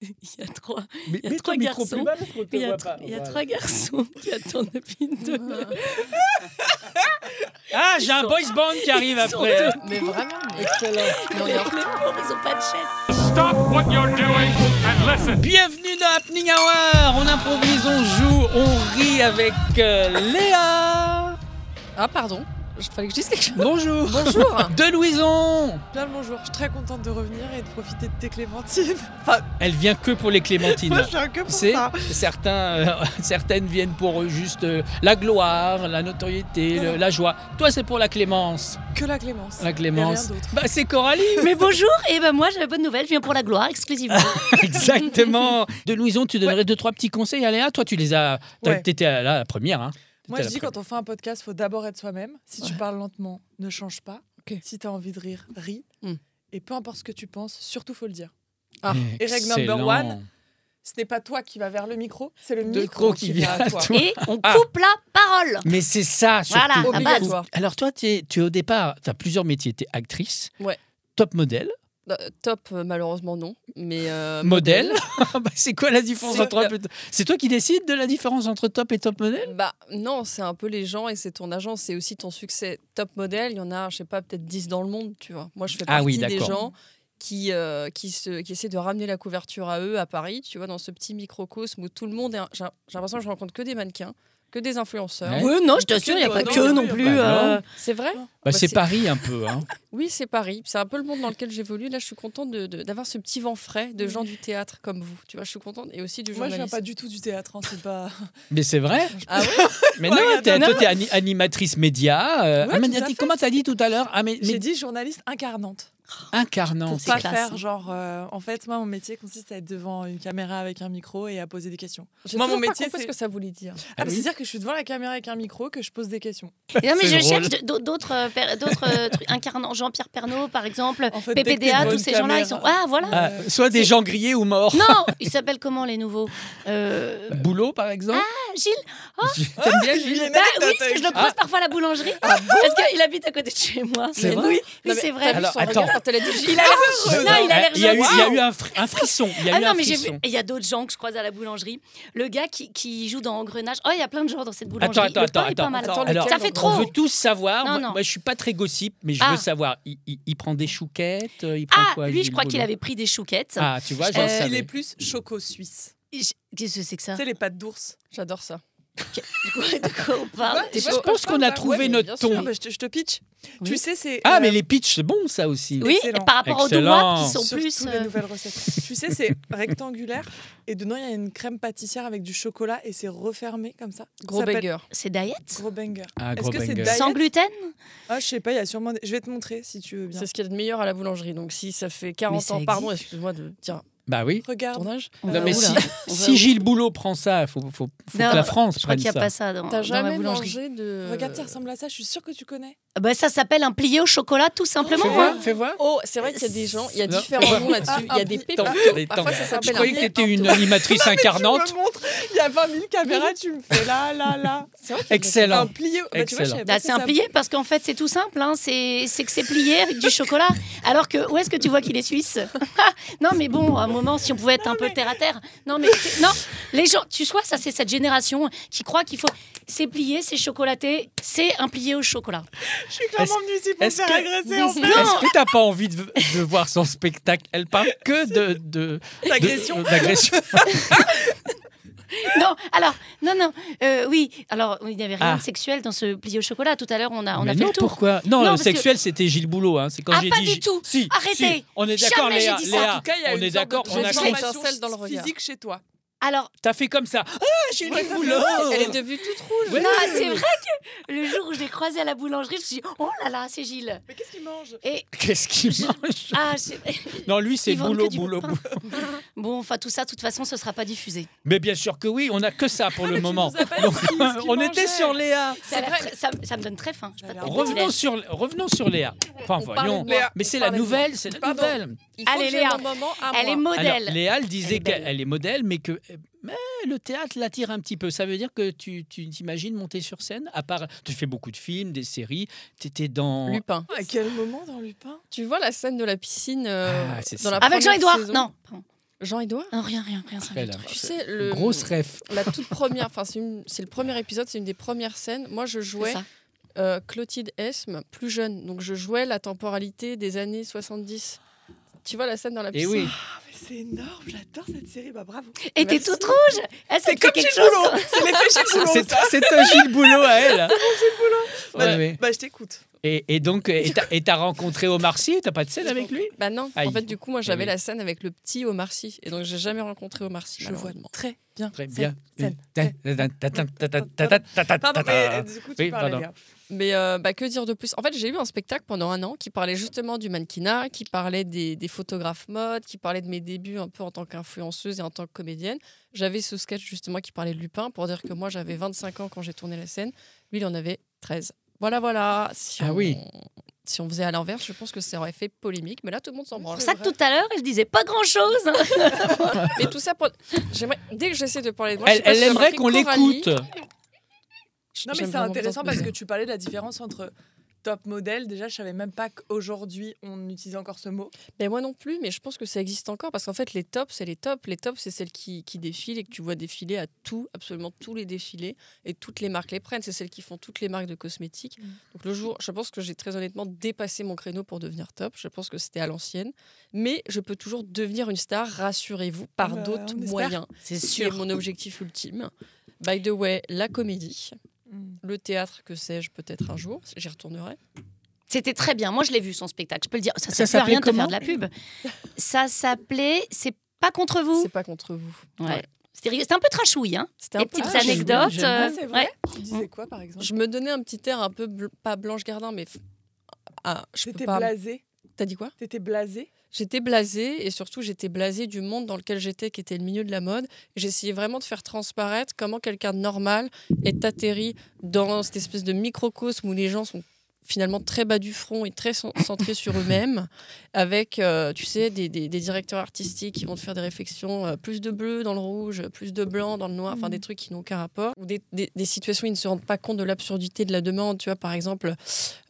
il y a trois, Mais y a mets trois ton micro garçons, plus bas parce qu'on te il y a, voit tro- pas. il y a Voilà. trois garçons qui attendent depuis deux heures. Ah, j'ai un sont- boys band qui arrive Ils sont après. deux. Mais vraiment, mais, Excellent. mais on Les est en retard. pauvres, ils ont pas de chaise. Stop what you're doing and listen. Bienvenue dans Happening Hour. On improvise, on joue, on rit avec euh, Léa. Ah, pardon. Il fallait que je dise quelque chose. Bonjour. Bonjour. De Louison. Bien le bonjour, je suis très contente de revenir et de profiter de tes clémentines. Enfin, Elle vient que pour les clémentines. moi je viens que pour C'est ça. certains, euh, certaines viennent pour euh, juste euh, la gloire, la notoriété, le- la joie. Toi, c'est pour la clémence. Que la clémence. La clémence. Et rien d'autre. Bah, c'est Coralie. Mais bonjour, et ben moi j'ai la bonne nouvelle, je viens pour la gloire exclusivement. Exactement. De Louison, tu donnerais deux trois petits conseils à Léa. Toi, tu les as. t'as- Ouais. T'étais à la, la première. Hein. Moi T'étais je la dis première. quand on fait un podcast, faut d'abord être soi-même. Si tu parles lentement, ne change pas. Ok. Si tu as envie de rire, ris. Hmm. Et peu importe ce que tu penses, surtout faut le dire. Ah, et règle number Excellent. one, ce n'est pas toi qui va vers le micro, c'est le Le micro micro qui vient à toi. Et on Ah. coupe la parole. Mais c'est ça, surtout. Voilà, la base. Obligatoire. Alors, toi, tu es, tu es au départ, tu as plusieurs métiers. Tu es actrice, Ouais. top modèle, Euh, top, euh, malheureusement, non. Mais. euh, modèle. Bah, c'est quoi la différence C'est- entre. un peu- C'est toi qui décides de la différence entre top et top modèle Bah non, c'est un peu les gens et c'est ton agence, c'est aussi ton succès. Top modèle, il y en a, je sais pas, peut-être 10 dans le monde, tu vois. Moi, je fais Ah partie oui, des d'accord. gens qui, euh, qui, se, qui essaient de ramener la couverture à eux à Paris, tu vois, dans ce petit microcosme où tout le monde est... un- J'ai j'ai l'impression que je rencontre que des mannequins, que des influenceurs. Ouais. Oui, non, je t'assure, il n'y a pas Non, que non, non non. plus. Bah euh, non. C'est vrai Bah, Bah, C'est c'est- Paris un peu. Hein. Oui, c'est Paris. C'est un peu le monde dans lequel j'évolue. Là, je suis contente de- de- d'avoir ce petit vent frais de gens du théâtre comme vous. Tu vois, je suis contente. Et aussi du Moi je journalisme. viens pas du tout du théâtre, hein, c'est pas. Mais c'est vrai. Ah ouais Mais Ouais, non, regarde, t'es- non, toi, t'es ani- animatrice média. euh, Ouais, ah, mais tout à dis- fait. comment t'as dit tout à l'heure ah, mais, mais J'ai dit journaliste incarnante. incarnant. Pour pas classe, hein. faire genre. euh, en fait, moi mon métier consiste à être devant une caméra avec un micro et à poser des questions. J'ai Moi, mon toujours pas métier, compris ce c'est- que ça voulait dire. Ah, mais Ah oui. C'est-à-dire que je suis devant la caméra avec un micro, que je pose des questions. Non, mais C'est je drôle. cherche de- d'au- d'autres euh, per- d'autres euh, trucs incarnants. Jean-Pierre Pernaud, par exemple, En fait, dès que t'es PPDA, devant tous une ces gens-là, ils sont. caméra. Ah, voilà. Ah, soit des gens grillés ou morts. Non, ils s'appellent comment les nouveaux Euh, Boulot, par exemple. ah, Gilles T'aimes bien Gilles Bah oui, parce que je le croise parfois à la boulangerie. parce qu'il habite à côté de chez moi. Ah. C'est Mais vrai Oui, oui, Non, mais c'est vrai. Alors, Son regard attends. quand elle a dit Il a Ah, l'air. Non, il a l'air Eh, Il y a eu, gentil. il y a eu un, fr- un frisson. Il y a Ah eu non, un mais j'ai vu. frisson. Et Il y a d'autres gens que je croise à la boulangerie. Le gars qui, qui joue dans Engrenage. Oh, il y a plein de gens dans cette boulangerie. Attends, attends, Le pain attends, est pas attends. mal. Attends, Alors, Ça fait On trop. veut tous savoir. Non, moi, non. moi, je suis pas très gossip, mais je Ah. veux savoir. Il, il- il prend des chouquettes. euh, Il prend Ah, quoi, lui, je Gilles crois qu'il Boulot avait Euh, pris des chouquettes. Ah, tu vois, Je je pense le qu'il euh, Il est savais. plus choco suisse. Je- Qu'est-ce que c'est que ça Tu sais, les pattes d'ours. J'adore ça. De quoi- de quoi on parle Ouais, tu vois, Je pense qu'on a pas- trouvé ouais, notre bien ton. sûr. Ah, bah, je, te, je te pitch. Oui. Tu sais, c'est. Ah, euh, mais les pitchs, c'est bon, ça aussi. Oui, Excellent. par rapport aux Excellent. doigts qui sont surtout plus. les euh, nouvelles recettes. tu sais, c'est rectangulaire et dedans, il y a une crème pâtissière avec du chocolat et c'est refermé comme ça. Gros Ça s'appelle banger. C'est diet Gros banger. Ah, Est-ce gros que c'est banger. dingue Sans Diet gluten Ah, je sais pas, il y a sûrement. des- Je vais te montrer si tu veux bien. C'est ce qu'il y a de meilleur à la boulangerie. Donc si ça fait 40 ça ans, pardon, existe. excuse-moi de dire Bah oui. Regarde. ton âge. On Non, va mais où, si, là On va si où Gilles Boulot prend ça, il faut, faut- faut Non, que la France Je crois prenne qu'il n'y a ça. pas ça dans, T'as dans la jamais boulangerie. mangé de. Regarde, euh, ça ressemble à ça. Je suis sûre que tu connais. Ah Bah, ça s'appelle un plié au chocolat, tout simplement. Fais hein. voir, fais voir. Oh, c'est vrai qu'il y a des gens, il y a Non. différents noms là-dessus. Il y a des Attends, pépites. attends. Parfois, ça Je s'appelle croyais un que t'étais une animatrice incarnante. Tu me montres. Il y a 20 000 caméras, tu me fais là, là, là. Un Excellent. plié. Bah, tu vois, je savais pas Bah, que c'est un ça- plié parce qu'en fait c'est tout simple, hein. c'est c'est que c'est plié avec du chocolat. Alors que où est-ce que tu vois qu'il est suisse Non mais bon, à un moment si on pouvait être un peu terre à terre. Non mais c'est- non, les gens, tu vois ça c'est cette génération qui croit qu'il faut c'est plié, c'est chocolaté, c'est un plié au chocolat. Je suis clairement venue ici pour me est-ce faire que- agresser en fait. Est-ce que t'as pas envie de, de voir son spectacle Elle parle que de de- D'agression. de- d'agression. Non, alors non non, euh, oui, alors il n'y avait rien Ah. de sexuel dans ce plié au chocolat tout à l'heure, on a Ah, on Mais a fait non, le tour. pourquoi Non, Non, le parce sexuel, c'était Gilles Boulot. Hein. C'est quand Ah, j'ai pas dit. du Gi- tout. Si, Arrêtez. si, On est d'accord, Jamais j'ai Léa. dit ça. Léa, En tout cas, il y a on une est sorte d'accord. de On a transformation. compris. étincelle dans le regard. physique chez toi. Alors T'as fait comme ça. Ah, Gilles Boulot. Elle est devenue toute rouge. Ouais. non, ah, c'est vrai que le jour où je l'ai croisé à la boulangerie, je me suis dit, oh là là, c'est Gilles. Mais qu'est-ce qu'il mange Et Qu'est-ce qu'il mange ah, je- Non, lui, c'est Ils vendent Boulot, que du Boulot, pain. Boulot. Bon, enfin tout ça, de toute façon, ce sera pas diffusé. Mais bien sûr que oui, on a que ça Ah, pour le moment. nous as pas Donc, dit ce qu'il on était mangeait. sur Léa. Ça, a l'air vrai. très- ça- ça me donne très faim. Je Ça a l'air peux pas te Revenons dire. sur, revenons sur Léa. Enfin, On parlait de voyons. moi. Léa. Mais c'est On la parlait de moi. nouvelle, c'est la Pardon. nouvelle. Il faut Allez, que j'ai Léa. mon moment à Elle est moi. modèle. Ah, Alors, Léa, elle Elle disait est belle. qu'elle est modèle, mais que eh, mais le théâtre l'attire un petit peu. Ça veut dire que tu tu t'imagines monter sur scène À part, tu fais beaucoup de films, des séries. Tu étais dans. Lupin. À quel moment dans Lupin Tu vois la scène de la piscine euh, Ah, c'est dans ça. la Avec première bah, Jean-Édouard saison Non. pardon. Jean-Édouard Non, rien, rien, rien. ça me fait Elle, trop- Tu sais, le, Grosse ref. la toute première, enfin, c'est une- c'est le premier épisode, c'est une des premières scènes. Moi, je C'est jouais ça. euh, Clotilde Esme, plus jeune. Donc, je jouais la temporalité des années 70. Tu vois la scène dans la Et piscine Eh oui. Ah, mais c'est énorme, j'adore cette série, bah bravo. Et t'es Merci. toute rouge. Eh, ça C'est te fait comme chez quelque chose, Boulot, c'est l'effet chez Boulot. Ah, C'est ça. c'est un Gilles Boulot à elle. Bah, Ouais, ouais. bah, je t'écoute. Et, et donc, et t'as- et t'as rencontré Omar Sy T'as pas de scène avec lui Bah non, Aïe. en fait du coup moi oui. j'avais la scène avec le petit Omar Sy et donc j'ai jamais rencontré Omar Sy Je vois malheureusement. très bien. Très cette bien. scène. Pardon, mais Pardon, euh, du coup, tu Oui, parlais, pardon. Léa. Mais euh, bah, que dire de plus En fait j'ai eu un spectacle pendant un an qui parlait justement du mannequinat, qui parlait des, des photographes mode, qui parlait de mes débuts un peu en tant qu'influenceuse et en tant que comédienne. J'avais ce sketch justement qui parlait de Lupin pour dire que moi j'avais 25 ans quand j'ai tourné la scène, lui il en avait 13. Voilà voilà. Si Ah on- oui. Si on faisait à l'inverse, je pense que ça aurait fait polémique, mais là tout le monde s'en branle. Pour ça que tout à l'heure, je disais pas grand chose. Mais tout ça pour. J'aimerais. Dès que j'essaie de parler de moi, je Elle, sais pas elle si vous aimerait remarquez, qu'on Coralie- l'écoute. Non, mais c'est intéressant parce que tu parlais de la différence entre top modèle. Déjà, je savais même pas qu'aujourd'hui, on utilisait encore ce mot. Mais moi non plus, mais je pense que ça existe encore parce qu'en fait, les tops, c'est les tops. Les tops, c'est celles qui, qui défilent et que tu vois défiler à tout, absolument tous les défilés et toutes les marques les prennent. C'est celles qui font toutes les marques de cosmétiques. Mm. Donc le jour, je pense que j'ai très honnêtement dépassé mon créneau pour devenir top. Je pense que c'était à l'ancienne. Mais je peux toujours devenir une star, rassurez-vous, par Bah, d'autres on espère. moyens. C'est C'est mon objectif ultime. By the way, la comédie, le théâtre, que sais-je, peut-être un jour, j'y retournerai. C'était très bien. Moi, je l'ai vu son spectacle. Je peux le dire. Ça, Ça ça sert à rien de te s'appelait faire de la pub. Ça s'appelait. C'est pas contre vous. C'est pas contre vous. Ouais. C'était rigolo. C'était un peu trashouille, hein. C'était Des un peu petites trash. j'aime bien, anecdotes. j'aime euh, Ah, c'est vrai ouais. Tu disais quoi, par exemple Je me donnais un petit air un peu bl- pas Blanche Gardin, mais f- ah, je peux T'étais pas. blasé. T'as dit quoi T'étais blasé. J'étais blasée et surtout j'étais blasée du monde dans lequel j'étais, qui était le milieu de la mode. J'essayais vraiment de faire transparaître comment quelqu'un de normal est atterri dans cette espèce de microcosme où les gens sont finalement très bas du front et très cen- centrés sur eux-mêmes, avec, euh, tu sais, des, des- des directeurs artistiques qui vont te faire des réflexions, euh, plus de bleu dans le rouge, plus de blanc dans le noir, enfin Mhm. des trucs qui n'ont aucun rapport, ou des, des- des situations où ils ne se rendent pas compte de l'absurdité de la demande, tu vois, par exemple,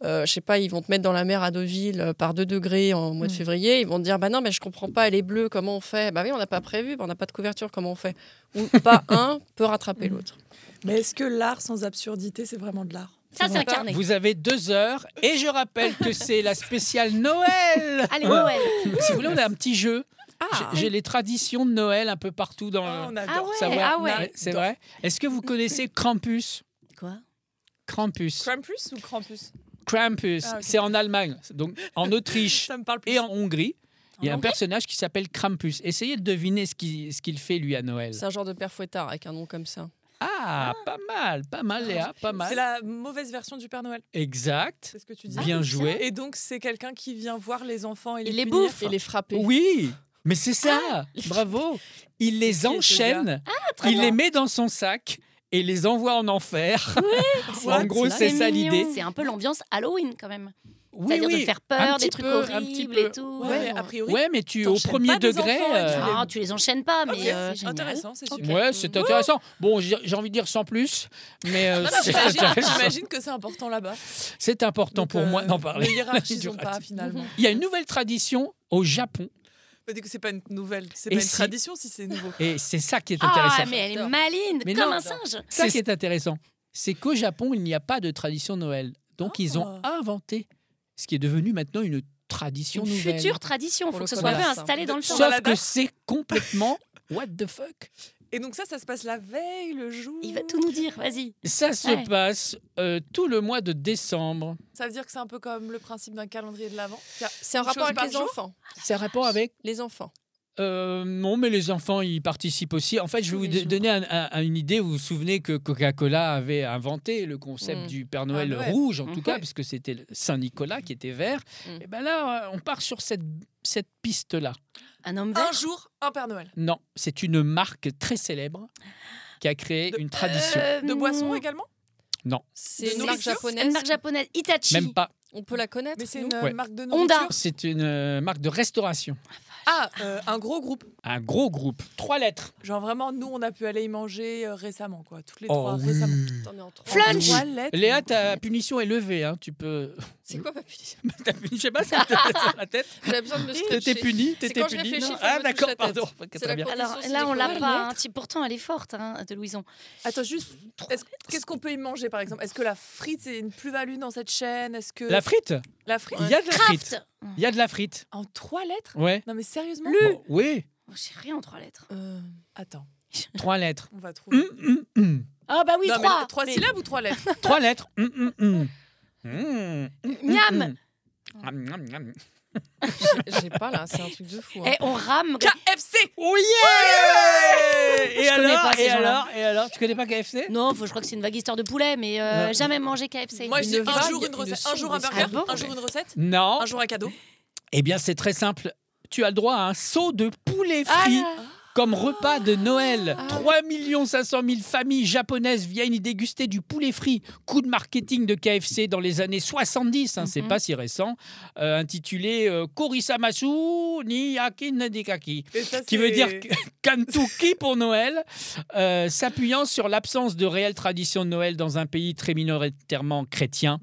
euh, je sais pas, ils vont te mettre dans la mer à Deauville euh, par 2 degrés en mois de Mhm. février, ils vont te dire, bah non, mais je comprends pas, elle est bleue, comment on fait Bah oui, on n'a pas prévu, bah on n'a pas de couverture, comment on fait Ou pas un peut rattraper Mhm. l'autre. Mais est-ce que l'art sans absurdité, c'est vraiment de l'art Ça, c'est incarné. Vous avez deux heures et je rappelle que c'est la spéciale Noël. Allez, Noël. Si vous voulez, on a un petit jeu. Ah, J'ai- J'ai les traditions de Noël un peu partout dans. Ah, le- On Ah adore. ouais, savoir- ah ouais. Ouais, C'est vrai. Est-ce que vous connaissez Krampus Quoi Krampus. Krampus ou Krampus Krampus. Ah, ok. C'est en Allemagne, donc en Autriche Ça me parle plus. et en Hongrie. Il y a En un personnage qui s'appelle Krampus. Essayez de deviner ce qu'il ce qu'il fait lui à Noël. c'est un genre de père fouettard avec un nom comme ça. Ah, pas mal, pas mal, Léa, pas Ah, mal. C'est la mauvaise version du Père Noël, Exact. c'est ce que tu dis. Ah Bien joué. Et donc, c'est quelqu'un qui vient voir les enfants et les, Il les punir. bouffe. Et les frapper. Oui, mais c'est Ah, ça. Bravo. Il les Ok, ce gars. Ah, enchaîne, Ah, très il bien. les met dans son sac et les envoie en enfer. en gros, What c'est ça mignon. l'idée. C'est un peu l'ambiance Halloween, quand même. Oui, C'est-à-dire de oui. faire Un peur, petit des trucs peu, un petit horribles peu. et tout. Ouais, mais a priori. Ouais, mais tu au T'enchaînes premier pas des degré. enfants, et tu euh, les- Ah, tu les enchaînes pas, mais Ok, euh, génial. intéressant, c'est super. Ouais, c'est intéressant. Bon, j'ai j'ai envie de dire sans plus, mais euh, Non, non, c'est j'imagine- intéressant. J'imagine que c'est important là-bas. C'est important Donc, pour euh, moi d'en Ne parler. hiérarchisons Du pas racisme. finalement. Il y a une nouvelle tradition au Japon Mais du coup, c'est pas une nouvelle, c'est Et pas une si- tradition si c'est nouveau. et c'est ça qui est Ah, intéressant. mais elle est maline, Mais comme non. un singe. Ça qui est intéressant, c'est qu'au Japon, il n'y a pas de tradition Noël. Donc ils ont Ah. inventé ce qui est devenu maintenant une tradition Une nouvelle. future tradition, il faut Pour que ce le soit un peu connaître, ça. installé dans le temps. On a la Sauf que date. c'est complètement what the fuck. Et donc ça, ça se passe la veille, le jour. Il va tout nous dire, vas-y. Ça se Ouais. Ah, passe euh, tout le mois de décembre. Ça veut dire que c'est un peu comme le principe d'un calendrier de l'avant. C'est un Chose rapport avec par les jour enfants. C'est un rapport avec Les enfants. Euh, non, mais les enfants y participent aussi. En fait, je vais Tous vous les do- jours. donner un- un- un- une idée. Vous vous souvenez que Coca-Cola avait inventé le concept Mm. du Père Noël Ah, Noël. rouge, en tout Mhm. cas, puisque c'était le Saint-Nicolas qui était vert. Mm. Et ben là, euh, on part sur cette, cette piste-là. Un homme vert. Un jour, un Père Noël. Non, c'est une marque très célèbre qui a créé De- une tradition. Euh, De boisson également C'est De une marque nourriture C'est une japonaise. marque japonaise, Hitachi. Même pas. On peut la connaître. Mais c'est nous une euh, Ouais. marque de Honda. nourriture. C'est une euh, marque de restauration. Ah, Ah, euh, un gros groupe. Un gros groupe, trois lettres. Genre vraiment, nous, on a pu aller y manger euh, récemment, quoi. Toutes les trois Oh oui. récemment. T'en es en trois. Flunch En trois lettres. Léa, ta punition est levée. hein, Tu peux. C'est quoi ma punition T'as puni- Je sais pas, ça te sur la tête. J'avais besoin de me T'étais stretcher. puni. C'est T'étais quand je puni. réfléchis, non faut que je ah me touche d'accord, la tête. pardon. Ok, C'est très la bien. cour- Alors Condition, c'est là, des on l'a fois, pas. hein. Tu- Pourtant, elle est forte, hein, de Louison. Attends, juste, est-ce- qu'est-ce qu'on peut y manger, par exemple Est-ce que la frite, c'est une plus-value dans cette chaîne Est-ce que La frite. La frite Il y a de la frite. Kraft Il y a de la frite. En trois lettres Ouais. Non, mais sérieusement Bon, oui. Oh, J'ai rien en trois lettres. Euh, Attends, Trois lettres. on va Mm, trouver. Hum, hum, hum. Ah bah oui, Non, mais trois. trois Mais- syllabes ou trois lettres Trois lettres. Hum, hum, hum. Hum, hum, Miam. hum. Miam, miam, miam. J'ai j'ai pas là, c'est un truc de fou. hein. Eh, on rame. KFC Oh yeah Et Je connais alors pas ces Et gens-là. alors Et alors Tu connais pas KFC Non, faut- je crois que c'est une vague histoire de poulet, mais euh, Ouais. jamais mangé KFC. Moi, je dis Une un vague, jour une une recette, un sombre jour un burger, histoire. Ah bon un jour une recette, Non. un jour un cadeau. Eh bien, c'est très simple. Tu as le droit à un seau de poulet frit comme repas de Noël. 3 500 000 familles japonaises viennent y déguster du poulet frit. Coup de marketing de KFC dans les années 70, hein, c'est Mhm. pas si récent, euh, intitulé euh, Korisamasu ni Yakin Dikaki Et ça, qui c'est- veut dire que- Kantuki pour Noël, euh, s'appuyant sur l'absence de réelle tradition de Noël dans un pays très minoritairement chrétien,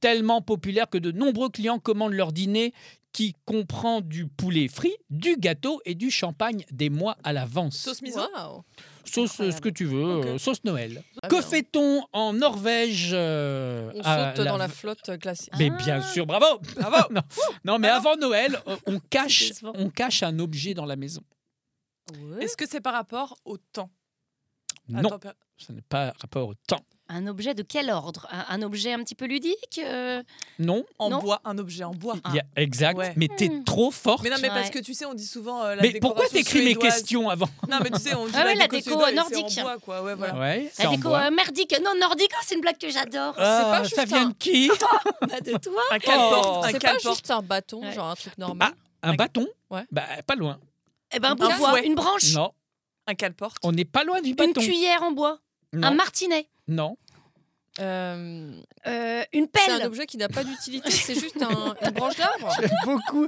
tellement populaire que de nombreux clients commandent leur dîner qui comprend du poulet frit, du gâteau et du champagne des mois à l'avance. Sauce Eh, miso Waouh. Sauce euh, ce que tu veux, Ok. euh, sauce Noël. Ah Que bien. fait-on en Norvège euh, On à saute dans la flotte euh, classique. mais bien sûr, bravo, bravo. non, non, mais avant Noël, euh, on cache, décevant. on cache un objet dans la maison. Est-ce que c'est par rapport au temps à Non, tempér- ça n'est pas rapport au temps. Un objet de quel ordre un, un objet un petit peu ludique euh, Non, En Non. bois, un objet en bois. Ah. il y a- exact. Ouais. Mais t'es Hmm. trop forte. Mais non, mais parce Ouais. que tu sais, on dit souvent euh, la Mais pourquoi décoration t'écris mes suédoise. questions avant Non, mais tu sais, on dit Ah ouais, la déco déco suédoise, nordique. c'est en bois, quoi. Ouais, Ah. voilà. Ouais, c'est La en déco bois. euh, merdique. Non, nordique, oh, c'est une blague que j'adore. Ah, juste ça vient un- de qui Pas Ah, bah, de toi. Un Oh. cale-porte, un Oh. C'est pas cale-porte. juste un bâton, Ouais. genre un truc normal. Un bâton Ouais. Ah, Bah, pas loin. Eh ben, un bout Un de bois, fouet. une branche, Non, Un cale-porte. on n'est pas loin du une bâton. cuillère en bois, non, un martinet, non. Euh, euh, une c'est un pelle. objet qui n'a pas d'utilité, c'est juste un, une branche d'arbre. Beaucoup.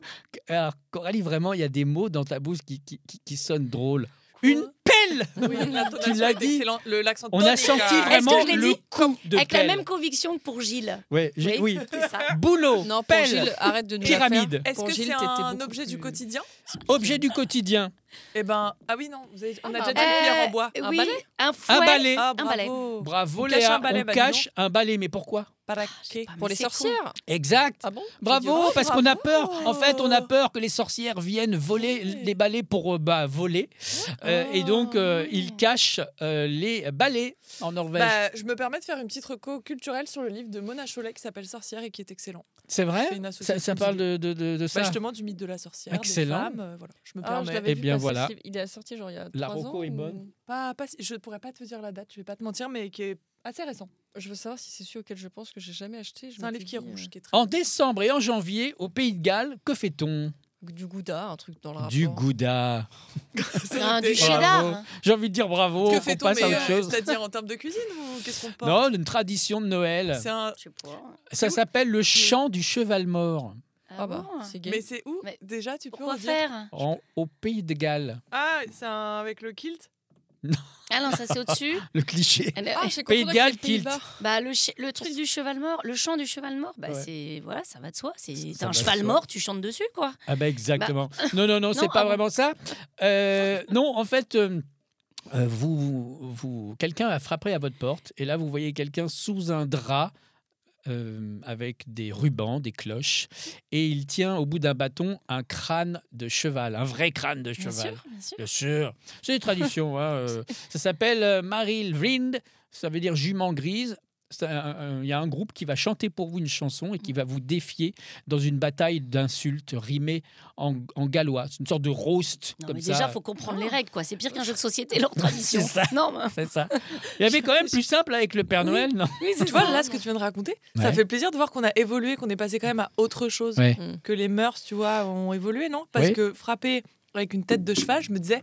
Alors, Coralie, vraiment, il y a des mots dans ta bouche qui, qui, qui- qui sonnent drôles. Une pelle Oui, l'intonation l'as est dit. excellente, le- L'accent On a tonique, senti euh, vraiment je l'ai le dit coup de Avec pelle. la même conviction que pour Gilles. Ouais, j'ai- oui. C'est ça. Boulot, Non, pour pelle, Gilles, arrête de nous la faire. Eh, pyramide, Est-ce Pour que Gilles, c'est t'étais un beaucoup objet du plus- quotidien objet du quotidien, Eh ben, ah oui, non, vous avez- on a Ah, déjà dit une cuillère en bois. Euh, Un oui, balai un un fouet. balai. Ah, un balai. bravo. Bravo On cache Léa, un balai, on bah, dis cache un balai, mais pourquoi Paraquet. Ah, mais Pour les c'est cool. sorcières. Exact. Ah bon Bravo, Oh, parce qu'on a bravo. peur. En fait, on a peur que les sorcières viennent voler les balais pour euh, bah, voler. Euh, et donc, euh, ils cachent euh, les balais en Norvège. Ah. Bah, je me permets de faire une petite reco culturelle sur le livre de Mona Cholet qui s'appelle Sorcière et qui est excellent. c'est vrai c'est une ça, association ça parle de, de- de- de Bah, ça. justement du mythe de la sorcière, Excellent. des femmes, euh, voilà. Je me Ah, je permets. l'avais Eh vu bien, passer, voilà. c'est- Il est sorti genre il y a La trois reco ans, est ou- bonne. Pas, pas, je pourrais pas te dire la date, je vais pas te mentir, mais qui est assez récent. Je veux savoir si c'est celui auquel je pense que j'ai jamais acheté. je C'est un m'étais livre qui dit, ronge, qui est très. En décembre et en janvier, au Pays de Galles, que fait-on euh, Du gouda, un truc dans le rapport. Du gouda. Oh, C'est Un hein. noté. du Bravo. cheddar. J'ai envie de dire bravo, Que on fait-on passe à mais, autre euh, chose. C'est-à-dire en termes de cuisine ou qu'est-ce qu'on porte Non, une tradition de Noël. C'est un. Je sais pas. Ça s'appelle le chant du cheval mort Ah, Ah bah, bon c'est gay. Mais c'est où Mais Déjà, tu peux en Pourquoi dire. faire en- au Pays de Galles. Ah, c'est un avec le kilt Ah non, ça c'est au-dessus. Le cliché. Elle- Ah, j'ai Pays confondu de avec Galles, les Pays-Bas. Bah, le, ch- le truc du cheval mort, le chant du cheval mort, bah, Ouais. c'est voilà, ça va de soi. C'est Ça- t'as ça un va de cheval soi. mort, tu chantes dessus, quoi. Ah bah exactement. Non, non, non, c'est Non, pas ah bon. vraiment ça. Euh, non, en fait, euh, euh, vous, vous, quelqu'un a frappé à votre porte et là, vous voyez quelqu'un sous un drap euh, avec des rubans, des cloches, et il tient au bout d'un bâton un crâne de cheval, un vrai crâne de Bien cheval. sûr, bien sûr. Bien sûr, c'est une tradition. hein, euh. Ça s'appelle euh, Maril Vrind, ça veut dire jument grise. C'est un- un- Il y a un groupe qui va chanter pour vous une chanson et qui va vous défier dans une bataille d'insultes rimées en, en gallois. C'est une sorte de roast Non, comme mais ça. déjà, faut comprendre les règles, quoi. C'est pire qu'un jeu de société, leur tradition. C'est ça. Non, mais- C'est ça. Il y avait quand même plus simple avec le Père Noël, non Tu vois, là, ce que tu viens de raconter, ça Ouais. fait plaisir de voir qu'on a évolué, qu'on est passé quand même à autre chose. Ouais. Mm. Que les mœurs, tu vois, ont évolué, non Parce Oui. que frapper avec une tête de cheval, je me disais,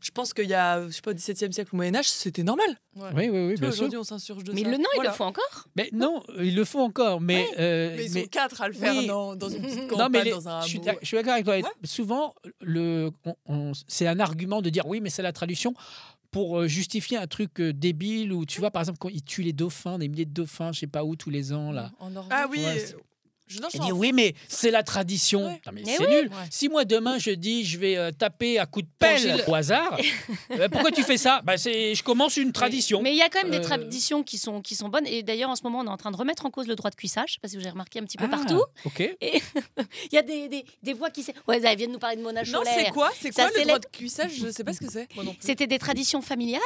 je pense qu'il y a, je sais pas, au XVIIe siècle au Moyen-Âge, c'était normal. Ouais. Oui, oui, oui, Tu vois, bien sûr. Aujourd'hui, on s'insurge de Mais ça. le non, il Voilà. le faut encore. Mais non, ils le font encore. Mais, euh, Mais ils mais- sont quatre à le faire Oui. dans, dans une petite campagne, non, mais les- dans un je suis hameau. d'ac- je suis d'accord avec toi. Ouais. Souvent, le, on- on- c'est un argument de dire oui, mais c'est la traduction pour euh, justifier un truc euh, débile ou tu vois par exemple quand ils tuent les dauphins, des milliers de dauphins, je sais pas où tous les ans là. En Norvège. Ah oui, Ouais, c'est- je non, je Il suis dit en- oui, mais c'est la tradition. Ouais. Non, mais Mais c'est nul. Ouais. Si moi demain je dis je vais euh, taper à coups de pelle Gilles. au hasard, euh, pourquoi tu fais ça bah, c'est, Je commence une tradition. Mais il y a quand même Euh, des traditions qui sont, qui sont bonnes. Et d'ailleurs, en ce moment, on est en train de remettre en cause le droit de cuissage. Je sais pas si vous avez remarqué un petit peu Ah, partout. Ok. Il y a des, des, des voix qui. s'é- Ouais, là, ils viennent nous parler de Mona Non, Chollet. c'est quoi C'est Ça, quoi c'est le droit de cuissage Je sais pas ce que c'est. Moi non plus. C'était des traditions familiales.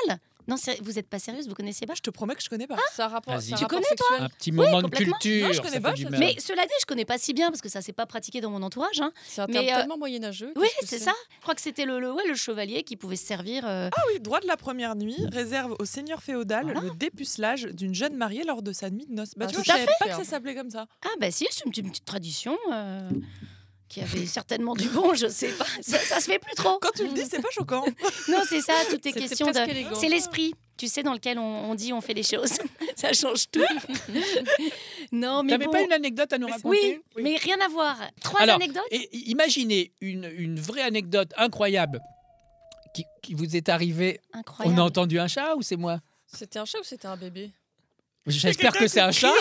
Non, c'est- vous n'êtes pas sérieuse, vous connaissez pas Je te promets que je connais pas. Ça a rapport, Vas-y. ça a Tu rapport connais, sexuel. Un petit moment de complètement. culture. Non, je connais ça pas, fait du je- mal. Mais cela dit, je connais pas si bien parce que ça s'est pas pratiqué dans mon entourage. hein. C'est un Mais, terme euh, tellement moyenâgeux. Oui, qu'est-ce que c'est ça. Je crois que c'était le, le, ouais, le chevalier qui pouvait se servir. euh, Ah oui, droit de la première nuit réserve au seigneur féodal Voilà. le dépucelage d'une jeune mariée lors de sa nuit de noces. Bah, Ah, tu vois, tout je à savais fait. pas que ça s'appelait comme ça. Ah, bah si, c'est une petite, une petite tradition euh, qui avait certainement du bon, je sais pas. Ça, ça se fait plus trop. Quand tu le dis, c'est pas choquant. Non, c'est ça, tout est C'était question de. presque élégant. C'est l'esprit, tu sais, dans lequel on, on dit on fait les choses. ça change tout. non, mais T'avais bon. pas une anecdote à nous Oui, raconter mais rien à voir. Trois Alors, anecdotes. Et i- imaginez une, une vraie anecdote incroyable qui, qui vous est arrivée. Incroyable. On a entendu un chat ou c'est moi C'était un chat ou c'était un bébé J'espère que c'est un chat.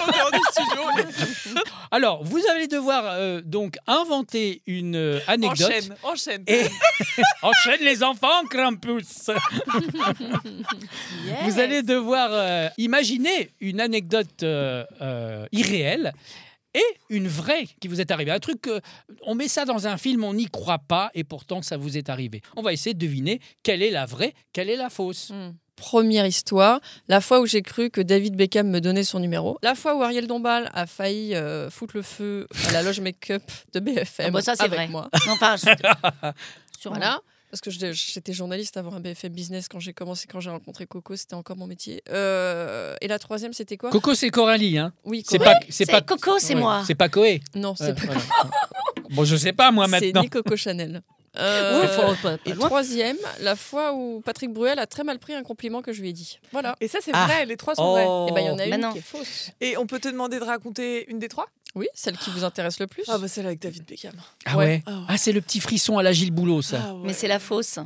Alors, vous allez devoir euh, donc inventer une euh, anecdote. Enchaîne, enchaîne. Et enchaîne les enfants, Krampus. Yes. Vous allez devoir euh, imaginer une anecdote euh, euh, irréelle et une vraie qui vous est arrivée. Un truc, euh, on met ça dans un film, on n'y croit pas et pourtant ça vous est arrivé. On va essayer de deviner quelle est la vraie, quelle est la fausse. Hmm. Première histoire, la fois où j'ai cru que David Beckham me donnait son numéro, la fois où Ariel Dombal a failli euh, foutre le feu à la loge make-up de BFM Ah bah ça, c'est avec vrai. moi. Enfin, je... Sûrement. Voilà. Parce que j'étais- j'étais journaliste avant un BFM Business quand j'ai commencé, quand j'ai rencontré Coco, c'était encore mon métier. Euh, et la troisième, c'était quoi Coco, c'est Coralie, hein Oui, C'est Coralie. pas, c'est pas, Coco, c'est ouais, moi. C'est pas Coé. Non, c'est Euh, pas voilà. Bon, je sais pas moi C'est maintenant. ni Coco Chanel. Euh, et troisième, la fois où Patrick Bruel a très mal pris un compliment que je lui ai dit. Voilà. Et ça, c'est Ah. vrai, les trois sont vrais. Et ben il y en a Bah une non. qui est fausse. Et on peut te demander de raconter une des trois Oui, celle qui vous intéresse le plus. Ah, bah celle avec David Beckham. Ah ouais. Ah ouais. Ah, c'est le petit frisson à la Gilles Boulot, ça. Ah ouais. Mais c'est la fausse.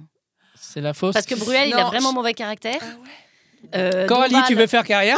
C'est la fausse. Parce que Bruel, il a Non, vraiment mauvais caractère. Ah ouais. Euh, Coralie, Dombal- tu veux faire carrière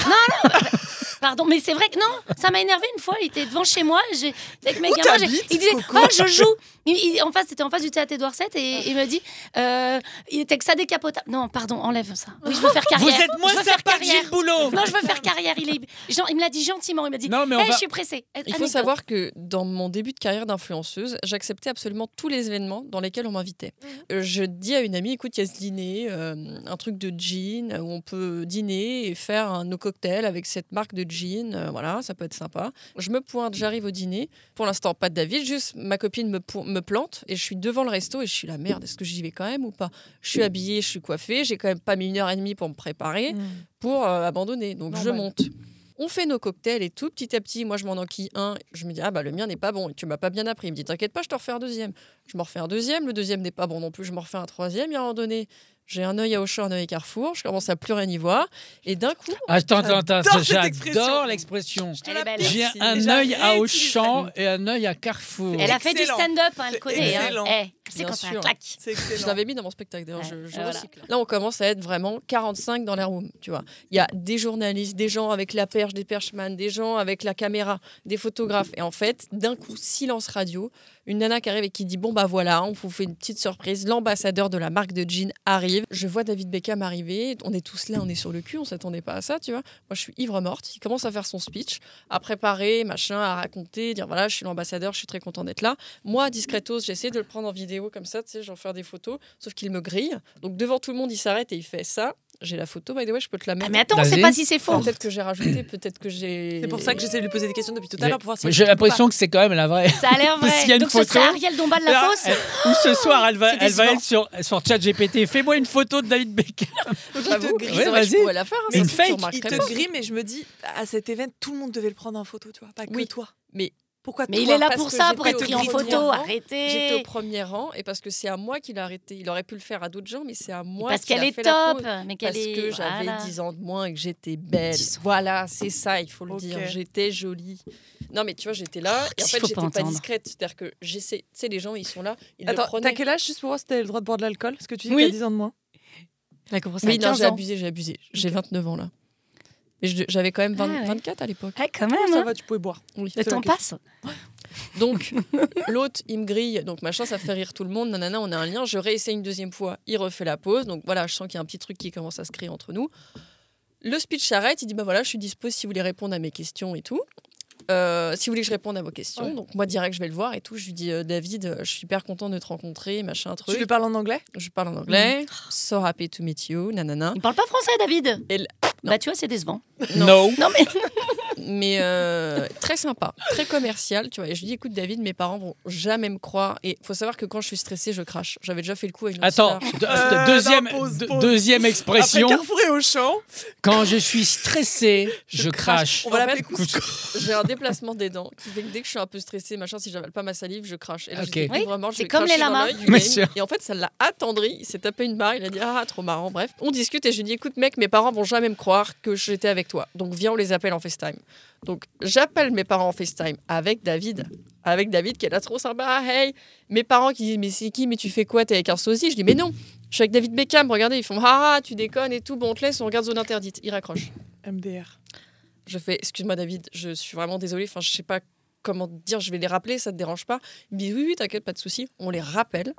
Pardon, mais c'est vrai que non, ça m'a énervé une fois. Il était devant chez moi, j'ai avec mes Où gamins, j'ai- t'habites, il disait Coco oh je joue. Il, il- en face, c'était en face du théâtre Édouard VII et il me dit euh, il était que ça décapotable. Non, pardon, enlève ça. Oui, je veux faire Vous carrière. êtes Je moins veux faire sympa que carrière. Gilles Boulot. Non, je veux faire carrière. Il est, gen- il me l'a dit gentiment. Il m'a dit Non, mais on Hey, va. je suis pressée. Il faut Anecdote. savoir que dans mon début de carrière d'influenceuse, j'acceptais absolument tous les événements dans lesquels on m'invitait. Euh, Je dis à une amie, écoute, il y a ce dîner, euh, un truc de gin, où on peut dîner et faire un, nos cocktails avec cette marque de gin. euh, voilà, ça peut être sympa. Je me pointe, j'arrive au dîner. Pour l'instant, pas de David, juste ma copine me, po- me plante et je suis devant le resto et je suis la merde, est-ce que j'y vais quand même ou pas Je suis habillée, je suis coiffée, j'ai quand même pas mis une heure et demie pour me préparer Hmm. pour euh, abandonner. Donc je Normal. monte. On fait nos cocktails et tout, petit à petit, moi je m'en enquille un, je me dis, ah bah le mien n'est pas bon, tu m'as pas bien appris. Il me dit, t'inquiète pas, je te refais un deuxième. Je m'en refais un deuxième, le deuxième n'est pas bon non plus, je m'en refais un troisième. Et à un moment donné, j'ai un œil à Auchan, un œil à Carrefour, je commence à plus rien y voir. Et d'un coup, Ah, Attends, attends, attends, J'adore cette j'adore expression. l'expression. Elle est belle. J'ai Merci. un Déjà œil à réutilisé. Auchan et un œil à Carrefour. Elle a fait du Excellent. stand-up, hein, elle connaît. Hein. Excellent. Hey, c'est Bien quand ça sûr. claque. C'est Je excellent. l'avais mis dans mon spectacle d'ailleurs. Ouais, je- je voilà. recycle. Là, on commence à être vraiment 45 dans la room. Tu vois, il y a des journalistes, des gens avec la perche, des perchemans, des gens avec la caméra, des photographes. Et en fait, d'un coup, silence radio. Une nana qui arrive et qui dit bon bah voilà, on vous fait une petite surprise. L'ambassadeur de la marque de jeans arrive. Je vois David Beckham arriver. On est tous là, on est sur le cul, on s'attendait pas à ça, tu vois. Moi, je suis ivre morte. Il commence à faire son speech, à préparer, machin, à raconter, dire voilà, je suis l'ambassadeur, je suis très content d'être là. Moi, discretos, j'essaie de le prendre en vidéo comme ça, tu sais, j'en faire des photos, sauf qu'il me grille. Donc devant tout le monde, il s'arrête et il fait ça. J'ai la photo, by the way, je peux te la Ah, mettre. mais attends, on Vas-y. sait pas si c'est faux. peut-être que j'ai rajouté, peut-être que j'ai. C'est pour ça que j'essaie de lui poser des questions depuis tout à l'heure pour voir si. Mais J'ai l'impression que c'est quand même la vraie. Ça a l'air Parce qu'il y vrai. a une Donc ce serait photo. Ariel Dombal la fausse. Elle- Ou ce soir, elle va, C'est elle va décevant. être sur, sur ChatGPT. Fais-moi une photo de David Beckham. que te grille. Ouais, je vas-y. pourrais la faire. hein, Mais une ça, tu fake, Il remarquerais te pas. grille, mais je me dis, à cet événement, tout le monde devait le prendre en photo, tu vois, pas que Oui. toi. Mais Pourquoi Mais toi il est là parce pour que ça, j'étais pour être au pris en premier photo. rang. J'étais au Arrêtez. premier rang et parce que c'est à moi qu'il a arrêté. Il aurait pu le faire à d'autres gens, mais c'est à moi Parce qu'il qu'elle a est fait la top. pause. Mais Parce qu'elle est. que j'avais voilà. 10 ans de moins et que j'étais belle. 10 ans. Voilà, c'est ça, il faut le Ok. dire. J'étais jolie. Non, mais tu vois, j'étais là et en Oh, Qu'est-ce fait, qu'il faut j'étais pas pas, entendre discrète. C'est-à-dire que j'essaie. Tu sais, les gens, ils sont là. Ils le Attends, prenaient. t'as quel âge juste pour voir si t'avais le droit de boire de l'alcool Parce que tu dis Oui. que t'as 10 ans de moins. Elle a commencé Oui, à non, 15 j'ai ans. abusé, j'ai abusé. J'ai 29 ans là. Mais je- j'avais quand même 20 Ah ouais. 24 à l'époque. Ouais, quand Oh, même. Ça hein. va, tu pouvais boire. Oui. Le c'est la temps question. passe. Donc, l'autre, il me grille. Donc, machin, ça fait rire tout le monde. Nanana, on a un lien. Je réessaye une deuxième fois. Il refait la pause. Donc, voilà, je sens qu'il y a un petit truc qui commence à se créer entre nous. Le speech s'arrête. Il dit Bah voilà, je suis dispo si vous voulez répondre à mes questions et tout. Euh, si vous voulez que je réponde à vos questions. Ouais. Donc, moi, direct, je vais le voir et tout. Je lui dis euh, David, euh, je suis hyper content de te rencontrer. Machin, Tu Mm. truc. lui parles en anglais Je parle en anglais. So happy to meet you. Nanana. Il parle pas français, David. Et l- Bah, tu vois, c'est décevant. Non. Non, mais. mais euh, très sympa, très commercial, tu vois. Et je lui dis, écoute, David, mes parents vont jamais me croire. Et faut savoir que quand je suis stressée, je crache. J'avais déjà fait le coup avec une autre Attends, star. de- Euh, non, deuxième, pause, de- pause. deuxième expression. Après Carrefour et Auchan, Quand je suis stressé, je, crache. on va En l'appeler fait, Cusco. j'ai un déplacement des dents qui fait que dès que je suis un peu stressée, machin, si j'avale pas ma salive, je crache. Et là, je Ok. dis, écoute, Oui, vraiment, je c'est vais comme les cracher dans lamas. l'œil du Mais game. sûr. Et en fait, ça l'a attendri. Il s'est tapé une barre. Il a dit, ah, trop marrant. Bref, on discute et je lui dis, écoute, mec, mes parents vont jamais me croire que j'étais avec toi. Donc viens, on les appelle en FaceTime. Donc j'appelle mes parents en FaceTime avec David. Avec David qui est là trop sympa. Hey, mes parents qui disent, mais c'est qui Mais tu fais quoi T'es avec un sosie Je dis, mais non. Je suis avec David Beckham, regardez, ils font ah, ah, tu déconnes et tout, bon on te laisse, on regarde zone interdite. Il raccroche. MDR. Je fais, excuse-moi David, je suis vraiment désolée, enfin je sais pas comment te dire, je vais les rappeler, ça te dérange pas. Il me dit, oui, oui, t'inquiète, pas de souci, on les rappelle.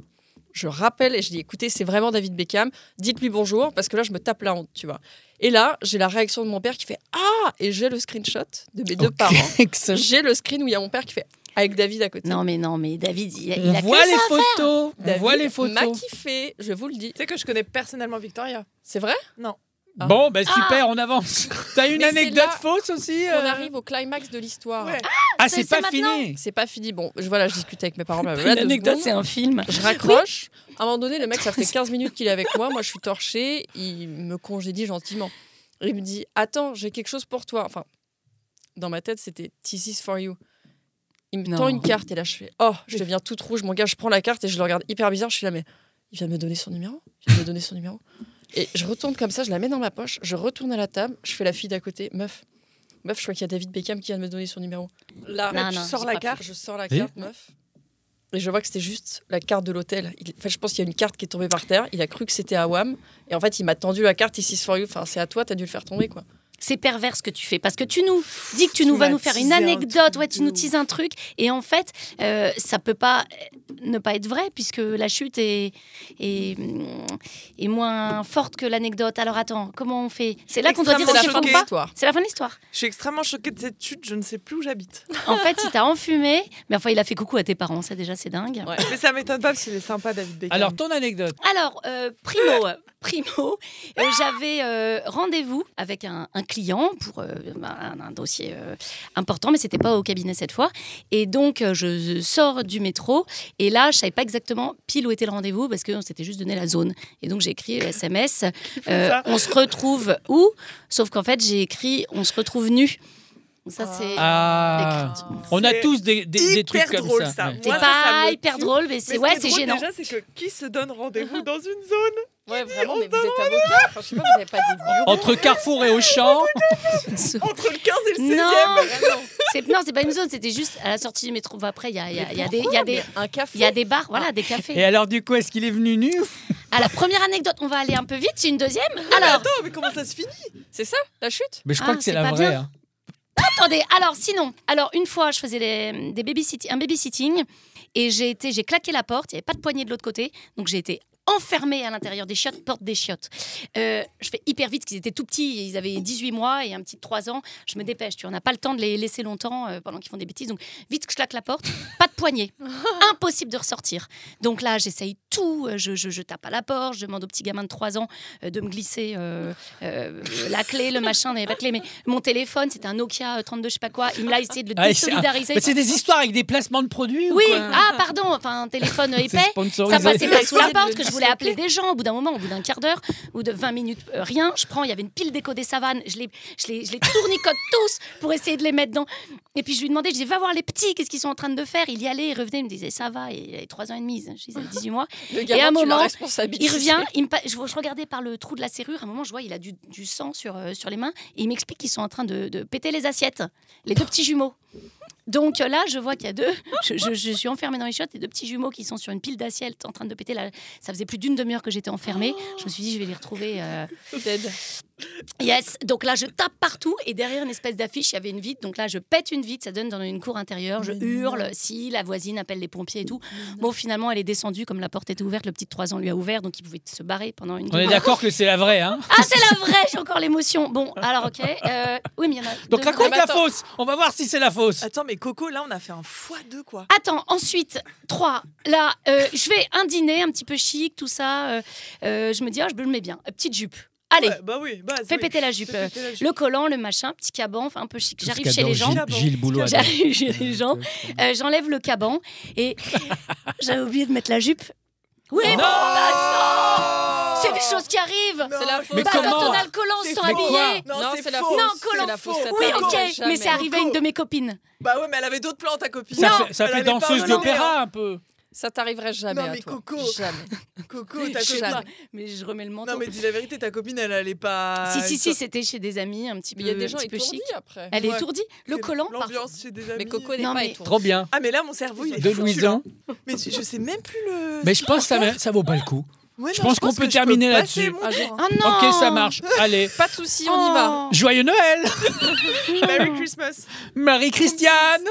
Je rappelle et je dis, écoutez, c'est vraiment David Beckham, dites-lui bonjour, parce que là, je me tape la honte, tu vois. Et là, j'ai la réaction de mon père qui fait, ah Et j'ai le screenshot de mes deux Ok, parents. excellent. J'ai le screen où il y a mon père qui fait, avec David à côté. Non, mais non, mais David, il a, il On a que voit ça les à faire. photos. On David voit les m'a photos. kiffé, je vous le dis. Tu sais que je connais personnellement Victoria. C'est vrai Ah. Bon, ben super, on avance. T'as une Mais c'est anecdote là fausse aussi On euh arrive au climax de l'histoire. Ouais. Ah, c'est- c'est pas c'est fini. C'est pas fini. Bon, je, voilà, je discutais avec mes parents. blablabla, Une deux anecdote, secondes. c'est un film. Je raccroche. À un moment donné, le mec, ça fait 15 minutes qu'il est avec moi. Moi, je suis torchée. Il me congédie gentiment. Il me dit Attends, j'ai quelque chose pour toi. Enfin, dans ma tête, c'était This is for you. Il me Non. tend une carte et là, je fais Oh, je deviens toute rouge. Mon gars, je prends la carte et je le regarde hyper bizarre. Je suis là, mais il vient de me donner son numéro. Il vient de me donner son numéro. Et je retourne comme ça, je la mets dans ma poche. Je retourne à la table. Je fais la fille d'à côté Meuf. Meuf, je crois qu'il y a David Beckham qui vient de me donner son numéro. Là, Non, tu non, sors j'ai la pas carte. je sors la Oui. carte, meuf. Et je vois que c'était juste la carte de l'hôtel. Il- Enfin, je pense qu'il y a une carte qui est tombée par terre. Il a cru que c'était à Wam. Et en fait, il m'a tendu la carte ici for you. Enfin, c'est à toi, t'as dû le faire tomber, quoi. C'est pervers ce que tu fais parce que tu nous dis que tu Tu nous vas m'as nous faire teasé une un anecdote, truc ouais, tu de nous ouf. tises un truc et en fait euh, ça peut pas euh, ne pas être vrai puisque la chute est est, mm, est moins forte que l'anecdote. Alors attends, comment on fait C'est là qu'on doit dire C'est on la se Extrêmement fin trompe de choquée. pas. l'histoire. C'est la fin de l'histoire. Je suis extrêmement choquée de cette chute, je ne sais plus où j'habite. En fait, il t'a enfumé, mais enfin il a fait coucou à tes parents, ça déjà c'est dingue. Ouais. Mais ça m'étonne pas parce qu'il est sympa, David Beckham. Alors, ton anecdote. Alors, euh, primo, euh, primo euh, j'avais euh, rendez-vous avec un, un client pour euh, un, un dossier euh, important, mais c'était pas au cabinet cette fois. Et donc, euh, je sors du métro et là, je savais pas exactement pile où était le rendez-vous parce qu'on s'était juste donné la zone. Et donc, j'ai écrit euh, SMS euh, ça. On se retrouve où Sauf qu'en fait, j'ai écrit On se retrouve nu. Ça, c'est. Ah. On a C'est tous des, des, hyper des trucs comme drôle, ça. ça. ouais. C'est Moi, ça, ça pas me hyper tue. drôle, mais Mais c'est ce ouais, qui est c'est drôle, gênant. Déjà, c'est que qui se donne rendez-vous dans une zone Ouais, vraiment, on mais se vous êtes avocat. Enfin, je sais pas, vous avez pas des bureaux. Entre Carrefour et Auchan. entre le 15 et le 16 Non, Vraiment. c'est non, c'est pas une zone, c'était juste à la sortie du métro. Bah, Après, il y a, il y a- il y a des, il y a des, Un café. Il y a des bars, voilà, des cafés. Et alors, du coup, est-ce qu'il est venu nu À la première anecdote, on va aller un peu vite, c'est une deuxième. Alors, Attends, mais comment ça se finit C'est ça, la chute Mais je crois Ah, que c'est c'est la pas vraie. bien. hein. attendez, alors sinon, alors une fois, je faisais des, des baby-sitting- un babysitting et j'ai été, j'ai claqué la porte, il n'y avait pas de poignée de l'autre côté, donc j'ai été enfermée à l'intérieur des chiottes, porte des chiottes. Euh, je fais hyper vite, parce qu'ils étaient tout petits, ils avaient 18 mois et un petit de 3 ans, je me dépêche, tu vois, on n'a pas le temps de les laisser longtemps euh, pendant qu'ils font des bêtises, donc vite que je claque la porte, pas de poignée, impossible de ressortir. Donc là, j'essaye tout, euh, je, je- je tape à la porte, je demande au petit gamin de 3 ans euh, de me glisser euh, euh, la clé, le machin, n'avait pas de clé, mais mon téléphone, c'était un Nokia euh, 32, je sais pas quoi. Il me l'a essayé de le Ah, et c'est un- désolidariser. Mais c'est des histoires avec des placements de produits ou oui, quoi ah pardon, enfin un téléphone C'est épais. Ça sponsorisé. passait pas sous la Essayez de porte le que je voulais appeler des gens au bout d'un moment, au bout d'un quart d'heure ou de 20 minutes, euh, rien. Je prends, il y avait une pile d'écho des savanes, je les, je, les, je les tournicote tous pour essayer de les mettre dans. Et puis je lui demandais, je disais, va voir les petits, qu'est-ce qu'ils sont en train de faire Il y allait, il revenait, il me disait, ça va, il avait 3 ans et demi, je disais 18 mois. Le Et à un gamin, tu l'as moment, responsabilisé. Il revient, il me pa- je, je regardais par le trou de la serrure, à un moment, je vois, il a du, du sang sur, euh, sur les mains, et il m'explique qu'ils sont en train de, de péter les assiettes, les deux petits jumeaux. Donc euh, là, je vois qu'il y a deux, je, je- je suis enfermée dans les chiottes, et deux petits jumeaux qui sont sur une pile d'assiettes en train de péter. La... Ça faisait plus d'une demi-heure que j'étais enfermée. Je me suis dit, je vais les retrouver. euh, Dead. Yes, donc là je tape partout et derrière une espèce d'affiche, il y avait une vitre. Donc là je pète une vitre, ça donne dans une cour intérieure, je hurle, si la voisine appelle les pompiers et tout. Bon, finalement elle est descendue, comme la porte était ouverte, le petit de 3 ans lui a ouvert, donc il pouvait se barrer pendant une On est demi-heure. d'accord que c'est la vraie, hein Ah, c'est la vraie, j'ai encore l'émotion. Bon, alors ok. euh, oui, mais il y en a. Donc deux Ah, raconte vraies. la attends. fausse. On va voir si c'est la fausse. Attends, mais Coco, là, on a fait un x2, quoi. bah, Attends, ensuite, 3. Là, euh, je vais un dîner un petit peu chic, tout ça. euh, euh, je me dis, ah, je me le mets bien. Euh, Petite jupe. Allez, Ouais, bah oui, bah, fais oui. péter la jupe. Euh, Fais péter la jupe. Le collant, le machin, petit caban, enfin un peu chic. J'arrive chez les gens. Gilles- Gilles Boulot. adore. J'arrive chez les gens. Euh, J'enlève le caban et j'avais oublié de mettre la jupe. Oui, bon, bah, non c'est des choses qui arrivent. Non, C'est la fausse. Mais Bah, comment quand on a le collant, on se C'est sent faux. habillé. Non, Non, c'est c'est la faux. fausse. Non, c'est collant. la fausse. ça Oui, t'arrivera ok, jamais. mais c'est arrivé à une de mes copines. Bah ouais, mais elle avait d'autres plans, ta copine. Ça Non. fait, ça Elle fait avait pas danseuse un d'opéra un peu. Ça t'arriverait jamais Non, à mais toi. Coco. Jamais. Coco, ta Je sais copine. pas. Mais je remets le manteau. Non, mais dis la vérité, ta copine, elle allait pas. Si, si, si, c'était chez des amis, un petit peu, Mais il y a des un gens petit peu étourdis Euh, chic. après. Elle est Ouais. étourdie. Le C'est collant, par- L'ambiance chez des amis. Mais Coco n'est Non, pas mais- étourdie. Trop bien. Ah, mais là, mon cerveau, il est De foutu, Louison. hein. Mais je je sais même plus le. Mais je pense que ça, va- ça vaut pas le coup. Ouais, je non, pense qu'on peut que je terminer passer là-dessus. mon Ah, tour, hein. Oh non Ok, ça marche. Allez, Pas de soucis, on y Oh. va. joyeux Noël Bah Merry Christmas. Marie-Christiane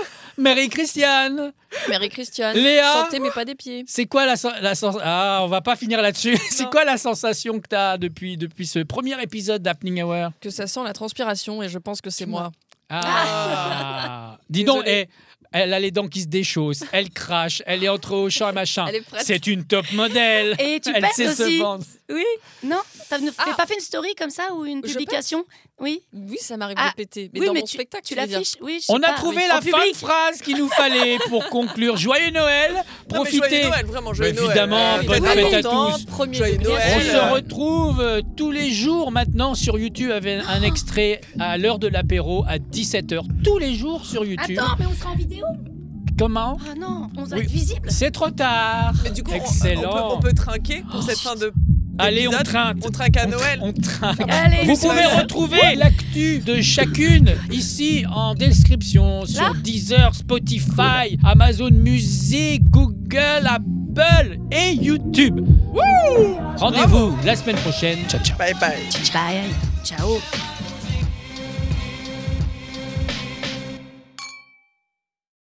Marie-Christiane Marie-Christiane, Léa. santé mais pas des pieds. C'est quoi la, sen- la sens- Ah, on va pas finir là-dessus. C'est Non. quoi la sensation que tu as depuis, depuis ce premier épisode d'Happening Hour Que ça sent la transpiration et je pense que c'est moi. Ah Dis donc, eh, elle a les dents qui se déchaussent, elle crache, elle est entre Auchan et machin. Elle est prête. Ah. C'est une top modèle. Et tu elle pètes sait aussi. se vendre. Oui. Non T'as ne- t'as Ah. pas fait une story comme ça ou une Je publication Oui. Oui, ça m'arrive Ah, de péter. Mais oui, dans mais mon tu, spectacle, tu je veux dire. l'affiches. Oui, je sais On a pas, trouvé oui. la En fin de public. phrase qu'il nous fallait pour conclure. Joyeux Noël, Non, mais joyeux profitez. Noël, vraiment, joyeux Mais Noël. Euh, évidemment, Ouais, Ah, bonne faites fête à attention, tous. Premier Joyeux degré. On Noël. se retrouve euh, tous les jours maintenant sur YouTube avec un Ah. extrait à l'heure de l'apéro à 17h. Tous les jours sur YouTube. Attends, mais on sera en vidéo Comment Ah non, on va Oui. être visible. C'est trop tard. Mais du coup, on- Excellent. On, peut, on peut trinquer pour cette fin de. Allez, on d'épisode. trainte. On trinque à On Noël. On trinque. Allez, Vous bisous. pouvez retrouver l'actu de chacune ici en description sur Deezer, Spotify, Amazon Music, Google, Apple et YouTube. Rendez-vous la semaine prochaine. Ciao, ciao. Bye bye. Bye. Ciao.